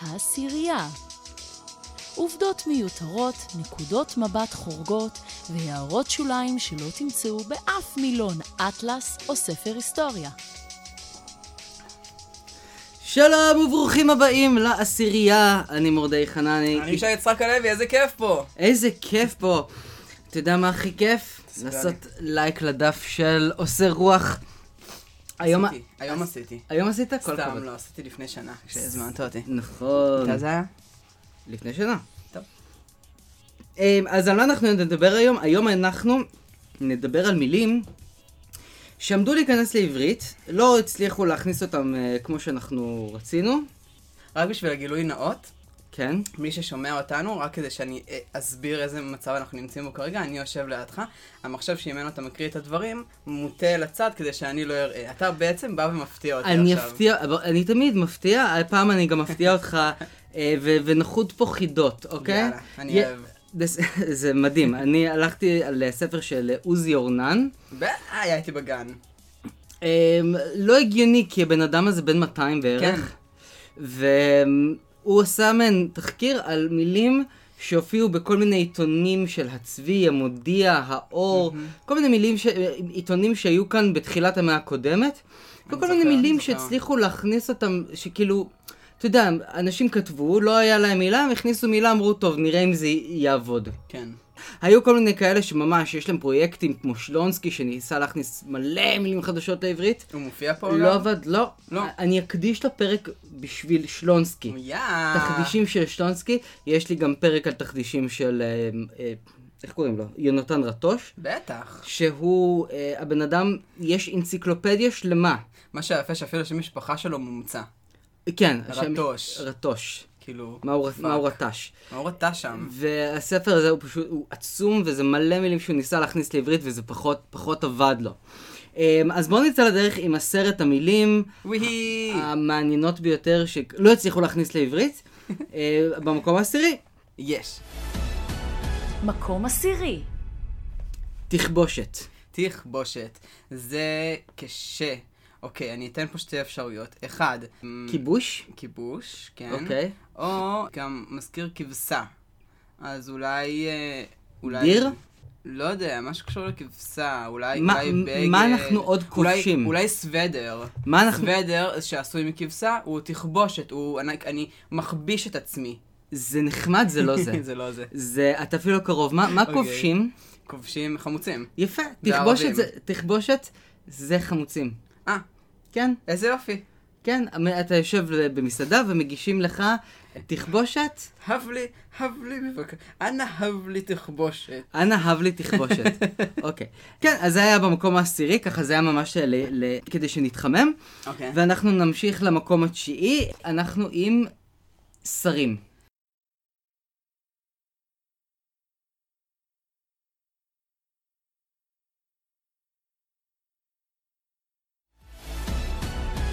העשירייה. עובדות מיותרות, נקודות מבט חורגות והערות שוליים שלא תמצאו באף מילון אטלס או ספר היסטוריה. שלום וברוכים הבאים לעשירייה, אני מורדי חנני. אני ישי יצחק הלוי, איזה כיף פה! איזה כיף פה. אתה יודע מה הכי כיף? תסביר לי. לעשות לייק לדף של עושה רוח. היום... עשיתי, היום עשיתי. היום עשית? כל סתם, הכבוד. לא, עשיתי לפני שנה, כשהזמנת אותי. נכון. אתה זה היה? לפני שנה. טוב. אמ, אז על מה אנחנו נדבר היום? היום אנחנו נדבר על מילים שעמדו להיכנס לעברית, לא הצליחו להכניס אותם אה, כמו שאנחנו רצינו. רק בשביל הגילוי נאות, כן. מי ששומע אותנו, רק כדי שאני אה, אסביר איזה מצב אנחנו נמצאים בו כרגע, אני יושב לידך, המחשב שימנו אתה מקריא את הדברים, מוטה לצד כדי שאני לא אראה. אתה בעצם בא ומפתיע אותי אני עכשיו. אפתיע, אבל אני תמיד מפתיע, הפעם אני גם אפתיע אותך, אה, ו- ונחות פה חידות, אוקיי? יאללה, אני יה- אוהב. זה- זה מדהים, אני הלכתי לספר של עוזי אורנן. ב- אה, הייתי בגן. אה, לא הגיוני, כי הבן אדם הזה בן 200 כן. בערך. והוא עשה מעין תחקיר על מילים שהופיעו בכל מיני עיתונים של הצבי, המודיע, האור, כל מיני מילים, ש... עיתונים שהיו כאן בתחילת המאה הקודמת, וכל מיני זוכר, מילים אני זוכר. שהצליחו להכניס אותם, שכאילו, אתה יודע, אנשים כתבו, לא היה להם מילה, הם הכניסו מילה, אמרו, טוב, נראה אם זה יעבוד. כן. היו כל מיני כאלה שממש, יש להם פרויקטים כמו שלונסקי, שניסה להכניס מלא מילים חדשות לעברית. הוא מופיע פה? לא עבד, לא. לא. אני אקדיש לו פרק בשביל שלונסקי. יאה. תחדישים של שלונסקי, יש לי גם פרק על תחדישים של, אה, אה, איך קוראים לו? יונתן רטוש, בטח. שהוא, אה, הבן אדם, יש אנציקלופדיה שלמה. מה שיפה שאפילו שם משפחה שלו מומצא. כן, השם- רטוש. רטוש. כאילו, מה הוא- פאק. מה הוא רטש. מה הוא רטה שם? והספר הזה הוא פשוט, הוא עצום, וזה מלא מילים שהוא ניסה להכניס לעברית, וזה פחות, פחות עבד לו. אה, אז בואו נצא לדרך עם עשרת המילים. וואי. המעניינות ביותר שלא הצליחו להכניס לעברית, אה, במקום העשירי, יש. מקום עשירי, תכבושת. Mm. תכבושת. זה קשה. אוקיי, אני אתן פה שתי אפשרויות. אחד, מ, כיבוש? כיבוש, כן. אוקיי. או גם מזכיר כבשה. אז אולי... אה, אולי... דיר? לא יודע, מה שקשור לכבשה, אולי, מה- אולי מ- בגד. מה אנחנו עוד אולי- כובשים? אולי סוודר. מה אנחנו... סוודר שעשוי מכבשה הוא תכבושת, הוא... אני, אני מכביש את עצמי. זה נחמד, זה לא זה. זה לא זה. זה, אתה אפילו לא קרוב. מה מה אוקיי. כובשים? כובשים חמוצים. יפה. וערבים. תכבושת זה- תכבושת זה חמוצים. אה, כן, איזה יופי. כן. המ- אתה יושב במסעדה ומגישים לך תכבושת, הב לי, הב לי בבקשה. אנא הב לי תכבושת. אנא הב לי תכבושת. אוקיי. כן, אז זה היה במקום העשירי, ככה זה היה ממש ל- ל- כדי שנתחמם. אוקיי. ואנחנו נמשיך למקום התשיעי, אנחנו עם שרים.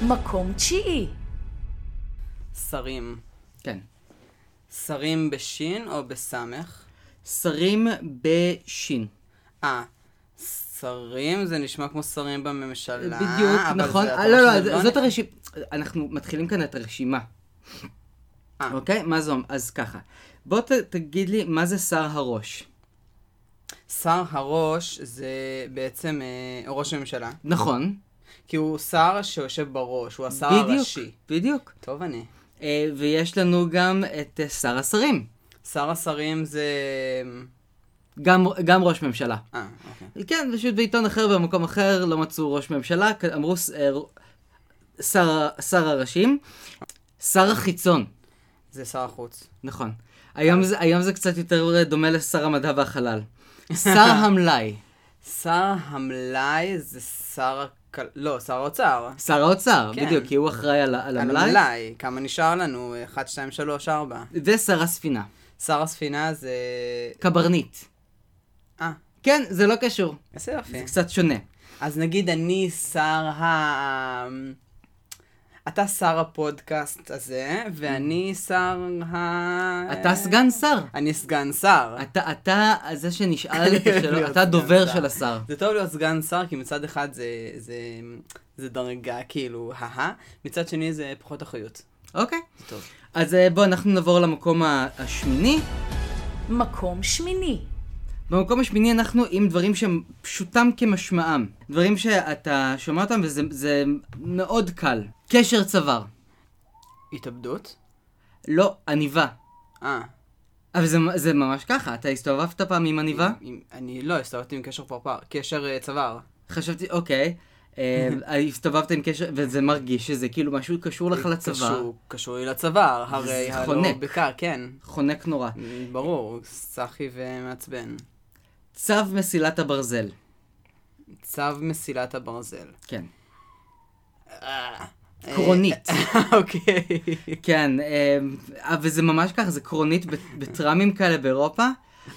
מקום תשיעי, שרים. כן. שרים בשין או בסמך? שרים בשין. אה, שרים זה נשמע כמו שרים בממשלה. בדיוק, אבל נכון. זה- אה, אתה לא, אומר לא, שזה זה- זאת נ- הרשימה. אנחנו מתחילים כאן את הרשימה. אה. אוקיי? מה זה אומר? אז ככה. בוא ת- תגיד לי מה זה שר הראש. שר הראש זה בעצם אה, ראש הממשלה. נכון. כי הוא שר שיושב בראש, הוא השר בדיוק, הראשי. בדיוק. טוב אני. אה, ויש לנו גם את אה, שר השרים. שר השרים זה... גם, גם ראש ממשלה. אה, אוקיי. כן, פשוט בעיתון אחר במקום אחר לא מצאו ראש ממשלה, כ- אמרו ס- אה, ר- שר, שר הראשים, שר החיצון, זה שר החוץ. נכון. היום זה, היום זה קצת יותר דומה לשר המדע והחלל. שר המלאי, שר המלאי זה שר הכל... לא, שר האוצר. שר האוצר, כן. בדיוק, כי הוא אחראי על, ה- על על המלאי, המלאי. כמה נשאר לנו? 1, 2, 3, 4. ושר הספינה, שר הספינה זה... קברניט. אה, כן, זה לא קשור, איזה יופי. זה קצת שונה. אז נגיד אני שר ה... אתה שר הפודקאסט הזה, ואני שר ה... Mm. אה. אתה סגן שר. אני סגן שר. אתה, אתה זה שנשאל את השאלות, אתה דובר של השר. זה טוב להיות סגן שר, כי מצד אחד זה, זה, זה דרגה כאילו, הא מצד שני זה פחות אחריות. אוקיי. זה טוב. אז אה, בואו, אנחנו נעבור למקום ה- השמיני. מקום שמיני. במקום השמיני אנחנו עם דברים שהם פשוטם כמשמעם. דברים שאתה שומע אותם וזה זה מאוד קל. קשר צוואר. התאבדות? לא, עניבה. אה. אבל זה, זה ממש ככה, אתה הסתובבת פעם עם עניבה? עם- אני לא, הסתובבתי עם קשר פרפר, קשר אה, צוואר. חשבתי, אוקיי. אה, הסתובבת עם קשר, וזה מרגיש שזה כאילו משהו קשור לך לצוואר. אה, קשור- קשור לי לצוואר, הרי זה הלא חונק. בקר, כן. חונק נורא. ברור, סחי ומעצבן. צו מסילת הברזל. צו מסילת הברזל. כן. אה, קרונית. אה, אוקיי. כן, אה, אה, וזה ממש ככה, זה קרונית ב- בטראמים כאלה באירופה.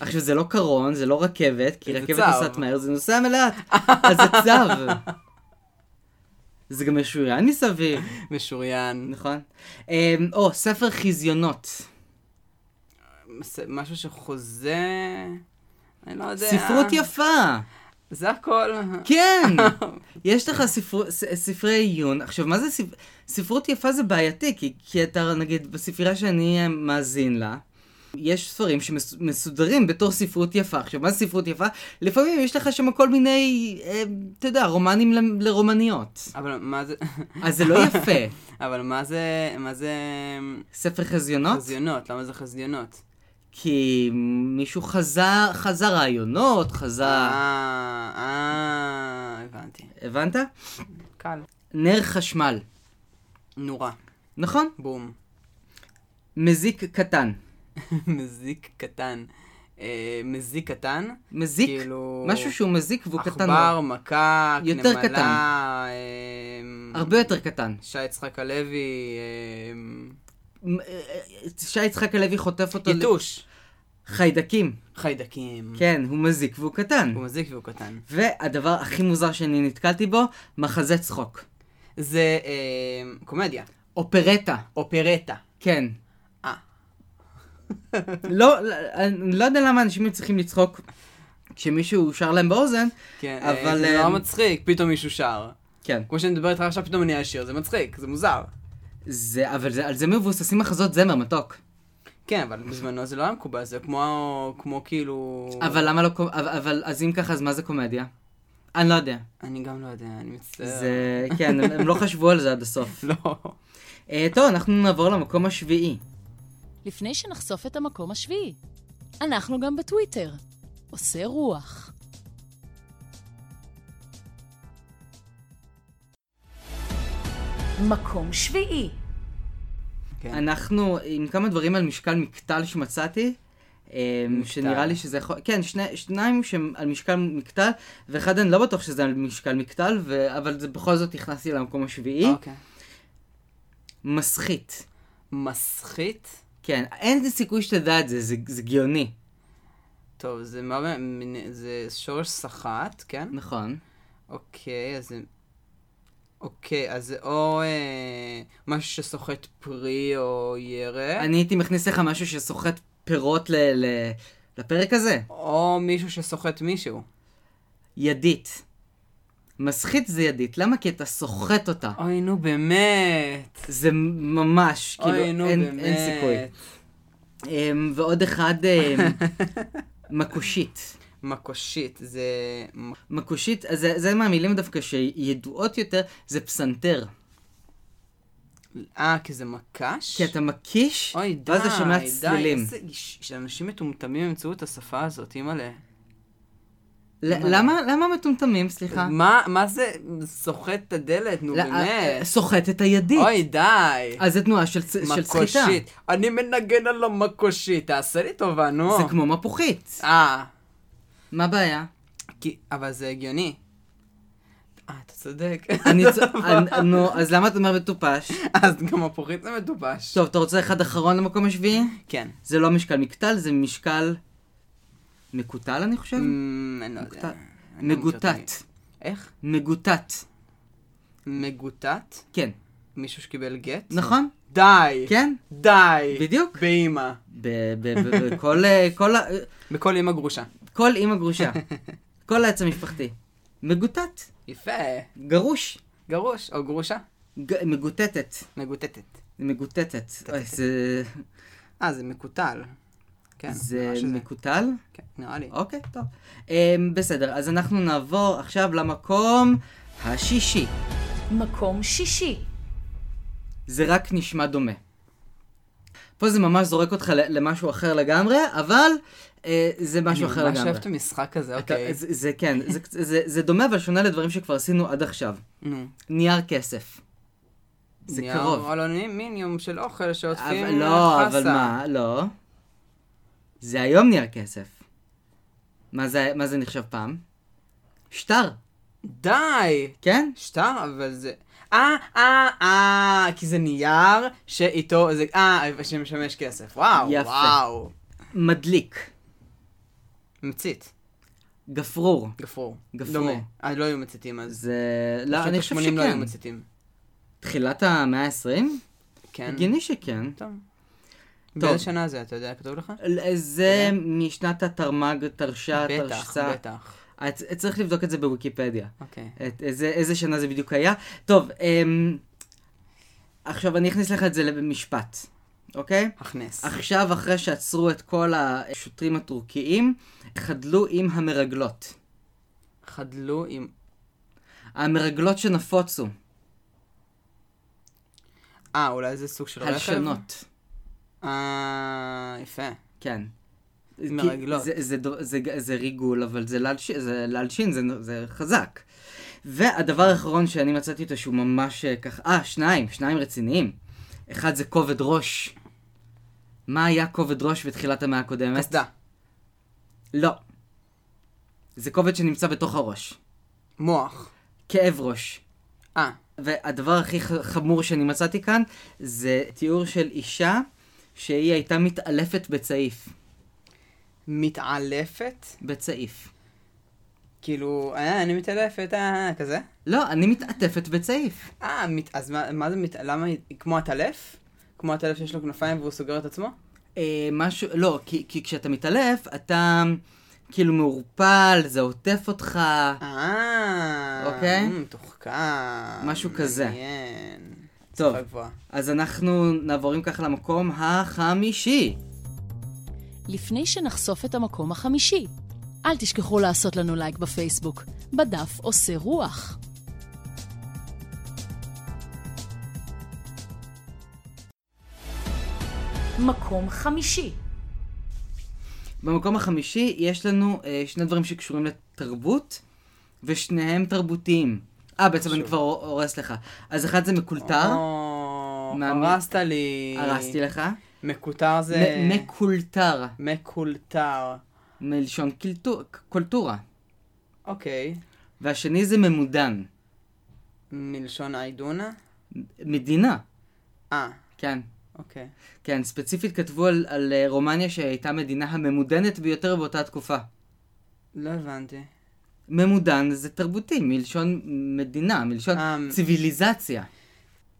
עכשיו, זה לא קרון, זה לא רכבת, כי זה רכבת צו. נוסעת מהר, זה נוסע מלאט. אז זה צו. זה גם משוריין מסביב, משוריין. נכון? אה, או, ספר חזיונות. מס- משהו שחוזה... אני לא יודע. ספרות יפה. זה הכל. כן! יש לך ספר, ס- ספרי עיון. עכשיו, מה זה ספ... ספרות יפה זה בעייתי, כי, כי אתה, נגיד, בספרייה שאני אה, מאזין לה, יש ספרים שמסודרים בתור ספרות יפה. עכשיו, מה זה ספרות יפה? לפעמים יש לך שם כל מיני, אה, אתה יודע, רומנים ל- לרומניות. אבל מה זה... אז זה לא יפה. אבל מה זה... מה זה... ספר חזיונות? חזיונות? למה זה חזיונות? כי מישהו חזה, חזה רעיונות, חזה... אה... אה... הבנתי. הבנת? קל. נר חשמל. נורה. נכון? בום. מזיק קטן. מזיק קטן. אה, מזיק קטן? מזיק. כאילו... משהו שהוא מזיק והוא קטן. עכבר, מכה, יותר נמלה, קטן. אה, הרבה יותר קטן. שי יצחק הלוי, אה, מ- אה, שי יצחק הלוי חוטף אותו... יתוש, חיידקים. חיידקים. כן, הוא מזיק והוא קטן. Mm. הוא מזיק והוא קטן. והדבר הכי מוזר שאני נתקלתי בו, מחזה צחוק. זה אה, קומדיה, אופרטה. אופרטה. כן. אה. לא, לא, אני לא יודע למה אנשים צריכים לצחוק כשמישהו שר להם באוזן. כן, אבל, אבל... זה אה, נורא מצחיק, פתאום מישהו שר. כן. כמו שאני מדבר איתך עכשיו, פתאום אני אשיר, זה מצחיק, זה מוזר. זה, אבל זה, על זה מבוססים מחזות זמר מתוק. כן, אבל בזמנו זה לא היה מקובל, זה כמו, כמו כאילו... אבל למה לא... קו- אבל, אבל אז אם ככה, אז מה זה קומדיה? אני לא יודע. אני גם לא יודע, אני מצטער. זה... כן, הם, הם לא חשבו על זה עד הסוף. לא. אה, טוב, אנחנו נעבור למקום השביעי. לפני שנחשוף את המקום השביעי, אנחנו גם בטוויטר. עושה רוח. מקום שביעי. כן. אנחנו עם כמה דברים על משקל מקטל שמצאתי. אה, מקטל. שנראה לי שזה יכול... כן, שני, שניים שהם על משקל מקטל, ואחד אני לא בטוח שזה על משקל מקטל, ו... אבל זה בכל זאת נכנסתי למקום השביעי. אוקיי. מסחית. מסחית? כן, אין איזה סיכוי שתדע את זה, זה, זה גאוני. טוב, זה מה... מ- זה שורש סחט, כן? נכון. אוקיי, אז זה... אוקיי, אז זה או אה, משהו שסוחט פרי או ירק, אני הייתי מכניס לך משהו שסוחט פירות ל... ל... לפרק הזה. או מישהו שסוחט מישהו. ידית. מסחית זה ידית, למה? כי אתה סוחט אותה. אוי, נו באמת. זה ממש, כאילו, אוי, נו אין, באמת. אין סיכוי. אמ, ועוד אחד, אמ, מקושית. מקושית, זה... מ- מקושית, אז זה, זה מהמילים דווקא שידועות יותר, זה פסנתר. אה, אה, כי זה מקש? כי אתה מקיש, אוי, די, ואז אתה שומע די, צלילים. איזה איש- שאנשים מטומטמים ימצאו את השפה הזאת, אימא'לה. ל- למה, למה מטומטמים, סליחה? מה, מה זה סוחט את הדלת, נו אה. לא, באמת. אה, סוחט את הידית. אוי, די. אז זה תנועה של, צ- אה, של סחיטה. מקושית. אני מנגן על המקושית, תעשה לי טובה, נו. זה כמו מפוחית. אה, מה הבעיה? כי- אבל זה הגיוני. אה, אתה צודק. אני צ... אני- נו, אז למה אתה אומר מטופש? אז גם הפורית זה מדובש. טוב, אתה רוצה אחד אחרון למקום השביעי? כן. זה לא משקל מקטל, זה משקל מקוטל, אני חושב? אמ, אני לא יודע. מקוטט. אני לא מכיר את מגוטט. המילה. איך? מגוטט. מגוטט? כן. מישהו שקיבל גט? נכון? די! כן? די! בדיוק. באימא. ב- ב- ב- ב- כל, אה, כל ה- בכל אימא גרושה. כל אימא גרושה. כל העץ המשפחתי. מגוטט. יפה. גרוש. גרוש או גרושה? ג- מגוטטת. מגוטטת. זה מגוטטת. אוי, זה... אה, זה מקוטל. כן, זה נראה שזה- מקוטל? כן, נראה לי. אוקיי, טוב. אמ, בסדר, אז אנחנו נעבור עכשיו למקום השישי. מקום שישי, זה רק נשמע דומה. פה זה ממש זורק אותך ל- למשהו אחר לגמרי, אבל אה, זה משהו אחר אני ממש לגמרי. אוהבת את המשחק הזה, אתה- אוקיי. זה, זה כן, זה, קצ- זה, זה דומה אבל שונה לדברים שכבר עשינו עד עכשיו. נו. לא, נייר כסף. זה נייר קרוב. אלומיניום של אוכל שעוטפים אבל, לא, חסה. אבל מה, לא. זה היום נייר כסף. מה זה, מה זה נחשב פעם? שטר, די! כן? שטר, אבל זה... אה, אה, אה, כי זה נייר שאיתו, זה, אה, שמשמש כסף. וואו, יפה. וואו. מדליק, מצית, גפרור. גפרור. גפרור. דומה. אה, לא היו מציתים אז. זה... לא, בשנות אני חושב ה-שמונים לא היו שכן. מציתים. תחילת המאה ה-20? כן. הגיוני שכן. טוב. טוב. באיזה שנה זה, אתה יודע, כתוב לך? זה משנת התרמ"ג, תרש"א, כן. בטח, תרש"א. בטח. את- צריך לבדוק את זה בוויקיפדיה. אוקיי. את איזה, איזה שנה זה בדיוק היה. טוב, אמ, עכשיו אני אכניס לך את זה למשפט, אוקיי? הכנס. עכשיו, אחרי שעצרו את כל השוטרים הטורקיים, חדלו עם המרגלות. חדלו עם... המרגלות שנפוצו, אה, אולי זה סוג של רכב? הלשנות. אה, יפה. כן. מרגלות. כי זה, זה, דו- זה, זה, זה ריגול, אבל זה להלשין, זה, להלשין זה, זה חזק. והדבר האחרון שאני מצאתי אותו שהוא ממש אה, ככה, אה, שניים, שניים רציניים. אחד זה כובד ראש. מה היה כובד ראש בתחילת המאה הקודמת? קסדה. לא. זה כובד שנמצא בתוך הראש. מוח. כאב ראש. אה, והדבר הכי ח- חמור שאני מצאתי כאן, זה תיאור של אישה שהיא הייתה מתעלפת בצעיף. מתעלפת? בצעיף. כאילו, אה, אני מתעלפת, אה, אה, כזה? לא, אני מתעטפת בצעיף. אה, מת... אז מה, מה זה מת... למה היא... כמו הטלף? כמו הטלף שיש לו כנפיים והוא סוגר את עצמו? אה, משהו, לא, כי, כי כשאתה מתעלף, אתה כאילו מעורפל, זה עוטף אותך. אה... אוקיי. אה, מתוחכם. משהו כזה. מעניין. טוב, שפה גבוהה. אז אנחנו נעבורים ככה למקום החמישי. לפני שנחשוף את המקום החמישי. אל תשכחו לעשות לנו לייק בפייסבוק, בדף עושה רוח. מקום חמישי, במקום החמישי יש לנו אה, שני דברים שקשורים לתרבות, ושניהם תרבותיים. אה, בעצם אני כבר הורס לך. אז אחד זה מקולטר, או, מאמין. הרסת לי. אה? הרסתי לך. מקוטר זה... מ- מקולטר, מקולטר. מלשון קילטו- קולטורה. אוקיי. והשני זה ממודן, מלשון עיידונה? מדינה. אה, כן. אוקיי. כן, ספציפית כתבו על, על אה, רומניה שהייתה המדינה הממודנת ביותר באותה תקופה. לא הבנתי. ממודן זה תרבותי, מלשון מדינה, מלשון אה, ציוויליזציה.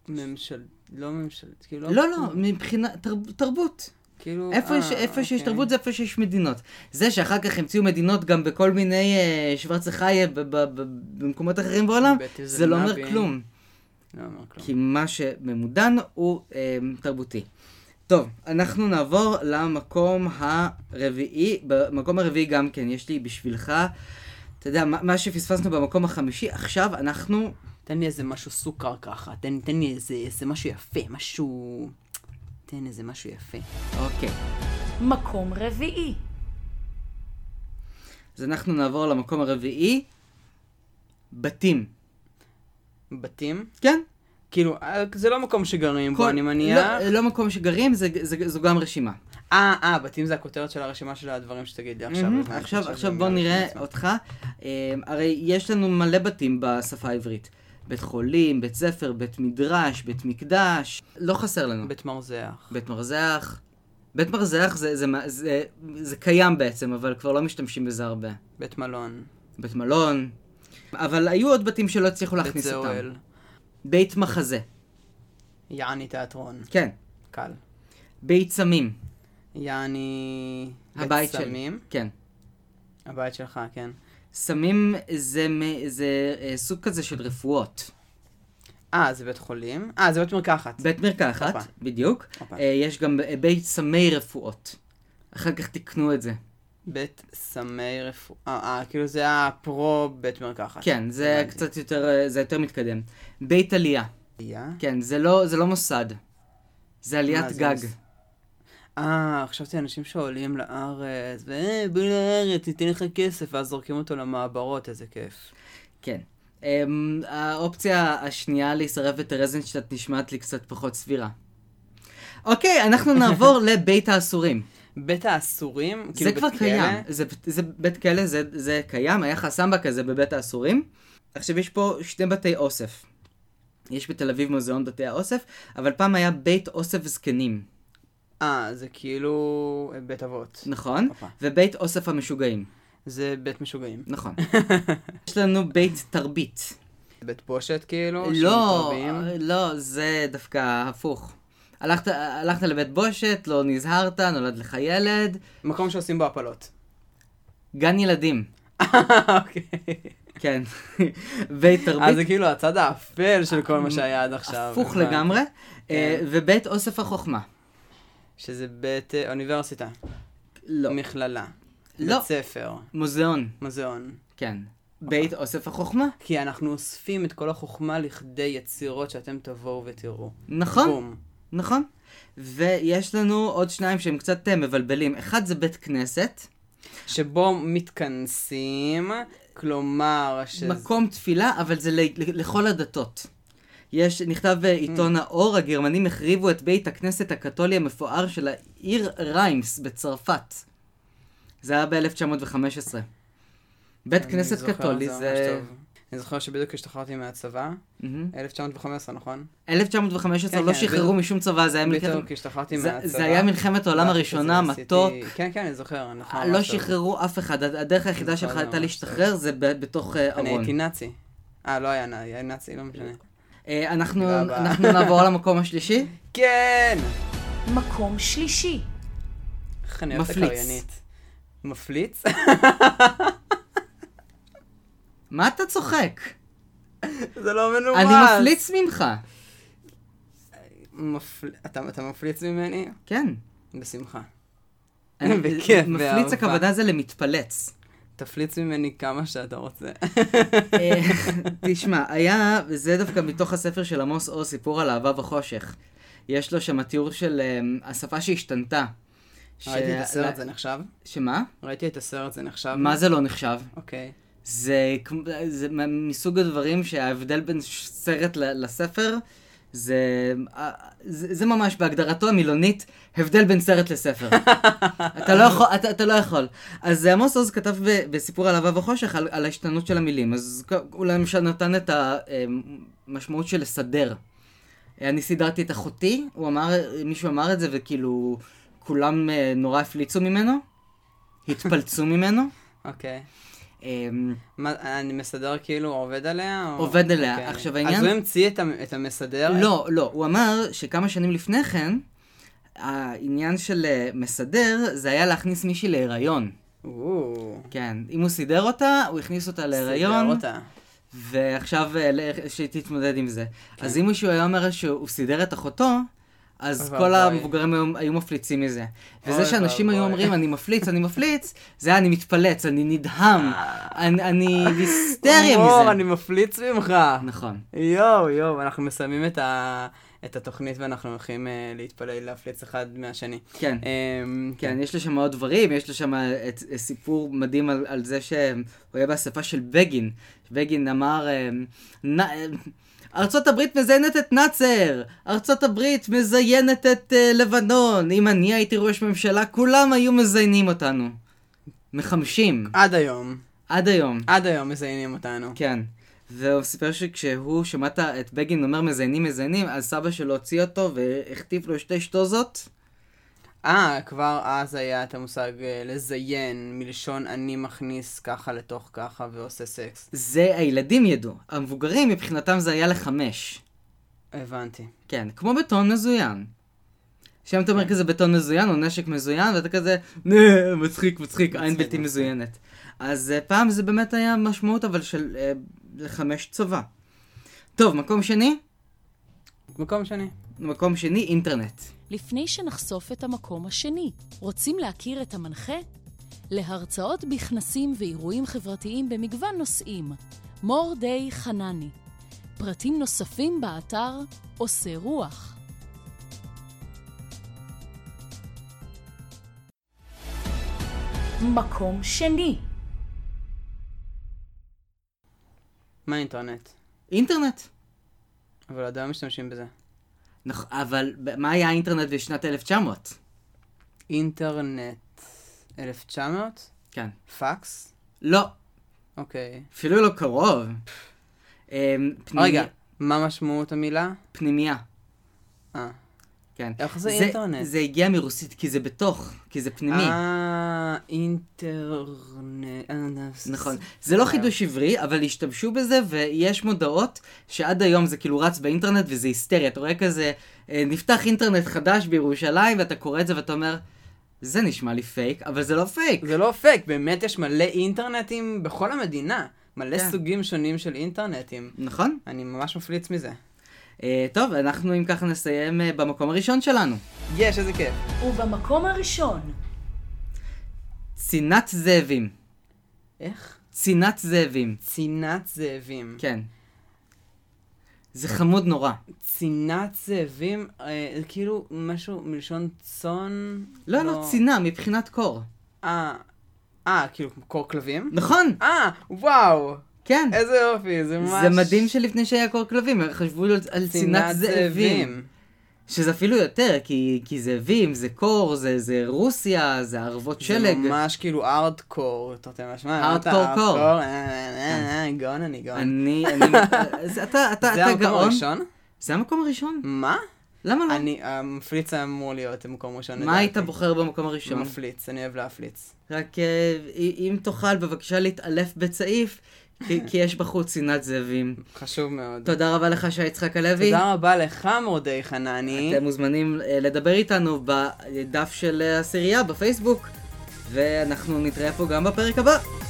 ממשל... לא ממשל... כאילו... לא, לא, מבחינה, תרב, תרבות. כאילו... איפה, אה, יש, איפה שיש אוקיי. תרבות זה איפה שיש מדינות. זה שאחר כך המציאו מדינות גם בכל מיני אה, שוורץ חיה ב- ב- ב- במקומות אחרים בעולם, בטל זה לא אומר זלנבי. כלום. לא אומר כלום. כי מה שממודן הוא אה, תרבותי. טוב, אנחנו נעבור למקום הרביעי. במקום הרביעי גם כן, יש לי בשבילך, אתה יודע, מה, מה שפספסנו במקום החמישי, עכשיו אנחנו... תן לי איזה משהו סוכר ככה, תן, תן לי איזה, איזה משהו יפה, משהו... תן איזה משהו יפה. אוקיי. מקום רביעי, אז אנחנו נעבור למקום הרביעי, בתים. בתים? כן? כאילו, אה, זה לא מקום שגרים בו, כל- אני מניח. לא, לא מקום שגרים, זה, זה, זו גם רשימה. אה, אה, בתים זה הכותרת של הרשימה של הדברים שתגיד לי עכשיו. מהמם. אז אני עכשיו, חושב עכשיו שזה בוא גם נראה עצמו. אותך. אה, הרי יש לנו מלא בתים בשפה העברית. בית חולים, בית ספר, בית מדרש, בית מקדש. לא חסר לנו. בית מרזח. בית מרזח. בית מרזח זה, זה, מה- זה, זה קיים בעצם, אבל כבר לא משתמשים בזה הרבה. בית מלון. בית מלון. אבל היו עוד בתים שלא הצליחו בית להכניס אותם. זוהל. בית מחזה. יעני תיאטרון. כן. קל. בית סמים. יעני... בית הבית של... סמים. כן. הבית שלך, כן. סמים זה, מ- זה אה, סוג כזה של רפואות. אה, זה בית חולים? אה, זה בית מרקחת. בית מרקחת, הופה. בדיוק. הופה. אה, יש גם אה, בית סמי רפואות. אחר כך תיקנו את זה. בית סמי רפואה. אה, כאילו זה הפרו בית מרקחת. כן, זה הבנתי. קצת יותר, אה, זה יותר מתקדם. בית עלייה. עלייה? כן, זה לא, זה לא מוסד. זה מה עליית זה גג. מוס- אה, חשבתי אנשים שעולים לארץ, ו... "אה, בואי לארץ, ניתן לך כסף, ואז זורקים אותו למעברות, איזה כיף. כן. Um, האופציה השנייה להישרף בטרזנשטט נשמעת לי קצת פחות סבירה. אוקיי, אנחנו נעבור לבית האסורים. בית האסורים, כאילו זה בית כבר כלא, קיים. זה, זה בית כלא, זה, זה קיים, היה חסמבה כזה בבית האסורים. עכשיו יש פה שני בתי אוסף. יש בתל אביב מוזיאון בתי האוסף, אבל פעם היה בית אוסף זקנים, אה, זה כאילו אה, בית אבות. נכון? הופה. ובית אוסף המשוגעים, זה בית משוגעים. נכון. יש לנו בית תרבית. בית בושת כאילו? לא, שמתרבים. לא, זה דווקא הפוך. הלכת, הלכת לבית בושת, לא נזהרת, נולד לך ילד, מקום שעושים בו הפלות. גן ילדים. אה, אוקיי. כן, בית אז זה תרבית, כאילו הצד האפל של כל מה שהיה עד עכשיו. אה, נכון? הפוך הבנתי. כן. לגמרי, אה, ובית אוסף החוכמה. שזה בית אה, אוניברסיטה. לא, מכללה. לא. בית ספר. מוזיאון, מוזיאון. כן. אוקיי. בית אוסף החוכמה, כי אנחנו אוספים את כל החוכמה לכדי יצירות שאתם תבואו ותראו. נכון, בום. נכון. ויש לנו עוד שניים שהם קצת אה, מבלבלים. אחד זה בית כנסת, שבו מתכנסים, כלומר, שזה... מקום תפילה, אבל זה ל- ל- לכל הדתות. יש, נכתב Mm. בעיתון האור, הגרמנים החריבו את בית הכנסת הקתולי המפואר של העיר ריימס בצרפת. זה היה ב-1915. בית אני כנסת זוכר, קתולי ממש זה... טוב. אני זוכר שבדיוק השתחררתי מהצבא, מהמם. 1915, נכון? 1915 כן, לא כן, שחררו ב- משום צבא, זה היה בדיוק מלחמת... השתחררתי זה- מהצבא. זה היה מלחמת העולם ואז הראשונה, כזה עשיתי- מתוק. כן, כן, אני זוכר, נכון. לא ממש טוב. שחררו אף אחד, הדרך היחידה נכון, שלך הייתה ממש להשתחרר זה ב- בתוך אה, אני ארון. הייתי נאצי. אה, לא היה נא- היה נאצי, לא משנה. אה, אנחנו תודה רבה. אנחנו נעבור למקום השלישי. כן! מקום שלישי, איך אני אוהבת את מפליץ. הקריינית. מפליץ? מה אתה צוחק? זה לא מנומס. אני מפליץ ממך. מפל- אתה אתה מפליץ ממני? כן. בשמחה. אני בכיף, מפליץ באהבה. הכוונה זה למתפלץ. תפליץ ממני כמה שאתה רוצה. אה, תשמע, היה, זה דווקא מתוך הספר של עמוס אור, סיפור על אהבה וחושך. יש לו שם התיאור של אמ, השפה שהשתנתה. ש- ראיתי את הסרט, ל- זה נחשב? שמה? ראיתי את הסרט, זה נחשב? מה זה לא נחשב? אוקיי. זה כמו- זה מה- מסוג הדברים שההבדל בין ש- סרט ל- לספר, זה אה, זה זה ממש בהגדרתו המילונית, הבדל בין סרט לספר. אתה לא יכול, אתה, אתה לא יכול. אז עמוס עוז כתב ב, בסיפור על אהבה וחושך על, על ההשתנות של המילים, אז כ- הוא למשל נתן את המשמעות של לסדר. אני סידרתי את אחותי, הוא אמר, מישהו אמר את זה וכאילו כולם אה, נורא הפליצו ממנו, התפלצו ממנו. אוקיי. אמ, מה, אני מסדר כאילו עובד עליה? או... עובד עליה. אוקיי. עכשיו, העניין- אז הוא המציא את, המ- את המסדר? לא, לא, הוא אמר שכמה שנים לפני כן, העניין של אה, מסדר זה היה להכניס מישהי להיריון. או, כן, אם הוא סידר אותה, הוא הכניס אותה להיריון, סידר אותה. ועכשיו אה, ל- שהיא תתמודד עם זה. כן. אז אם מישהו היה אומר שהוא סידר את אחותו, אז אוי כל ואבוי. המבוגרים היו, היו מפליצים מזה. וזה אוי שאנשים היו ואבוי. אומרים, אני מפליץ, אני מפליץ, זה היה אני מתפלץ, אני נדהם, אני, אני היסטריה מור, אה. אני מזה. מפליץ ממך. נכון. יואו, יואו, אנחנו מסיימים את, ה... את התוכנית ואנחנו הולכים אה, להתפלל להפליץ אחד מהשני. כן. אמ, כן, יש לו שם עוד דברים, יש לו שם את, את סיפור מדהים על, על זה שהוא היה באספה של בגין. בגין אמר, אמ, נ, אמ, ארצות הברית מזיינת את נאצר, ארצות הברית מזיינת את uh, לבנון, אם אני הייתי ראש ממשלה, כולם היו מזיינים אותנו. מחמשים, עד היום. עד היום. עד היום מזיינים אותנו. כן. והוא סיפר שכשהוא שמע את- את בגין אומר מזיינים מזיינים, אז סבא שלו הוציא אותו והחטיף לו שתי שטוזות. אה, כבר אז היה את המושג אה, לזיין, מלשון אני מכניס ככה לתוך ככה ועושה סקס. זה הילדים ידעו, המבוגרים מבחינתם זה היה לחמש. הבנתי. כן, כמו בטון מזוין. שם אתה כן. אומר כזה בטון מזוין או נשק מזוין ואתה כזה "נה, מצחיק מצחיק עין מצחיק, בלתי מצחיק. מזוינת. אז אה, פעם זה באמת היה משמעות אבל של אה, לחמש צבא. טוב, מקום שני? מקום שני. מקום שני, אינטרנט. לפני שנחשוף את המקום השני, רוצים להכיר את המנחה? להרצאות בכנסים ואירועים חברתיים במגוון נושאים, מור די חנני. פרטים נוספים באתר עושה רוח. מקום שני מה האינטרנט? אינטרנט. אבל עדיין משתמשים בזה. נכ- אבל ב- מה היה האינטרנט בשנת 1900? אינטרנט 1900? כן. פקס? לא, אוקיי. אפילו לא קרוב. אמ, פנימיה- רגע, מה משמעות המילה? פנימייה. אה. כן. איך זה אינטרנט? זה הגיע מרוסית כי זה בתוך, כי זה פנימי. אה, אינטרנט. אה, נכון. זה לא חידוש עברי, אבל השתמשו בזה, ויש מודעות שעד היום זה כאילו רץ באינטרנט וזה היסטריה. אתה רואה כזה, אה, נפתח אינטרנט חדש בירושלים, ואתה קורא את זה ואתה אומר, זה נשמע לי פייק, אבל זה לא פייק. זה לא פייק, באמת יש מלא אינטרנטים בכל המדינה. מלא כן. סוגים שונים של אינטרנטים. נכון? אני ממש מפליץ מזה. אה, טוב, אנחנו אם ככה נסיים אה, במקום הראשון שלנו. יש, איזה כיף. ובמקום הראשון, צינת זאבים. איך? צינת זאבים. צינת זאבים. כן. זה חמוד נורא. צינת זאבים, אה, כאילו משהו מלשון צאן? לא, לא, צינה מבחינת קור. אה, אה, כאילו קור כלבים? נכון, אה, וואו, כן. איזה יופי, זה ממש... זה מדהים שלפני שהיה קור כלבים, חשבו על- על צנעת זאבים. שזה אפילו יותר, כי, כי זאבים, זה קור, זה, זה רוסיה, זה ערבות זה שלג. ממש כאילו ארדקור, תרתי משמע. הארדקור אמרת, קור. הארדקור, אה, אה, אה, גאון אני גאון. אני, אני, אז אתה, אתה, זה אתה המקום גאון. הראשון? זה המקום הראשון? מה? למה לא? אני, לא המפליץ היה אמור להיות המקום הראשון. מה היית לדעתי. בוחר במקום הראשון? מפליץ, אני אוהב להפליץ. רק אה, אם תוכל בבקשה להתעלף בצעיף, כי, כי יש בחוץ צנעת זאבים. חשוב מאוד. תודה רבה לך, שי יצחק הלוי. תודה רבה לך, מורדי חנני. אתם מוזמנים אה, לדבר איתנו בדף של אה, הסירייה בפייסבוק, ואנחנו נתראה פה גם בפרק הבא.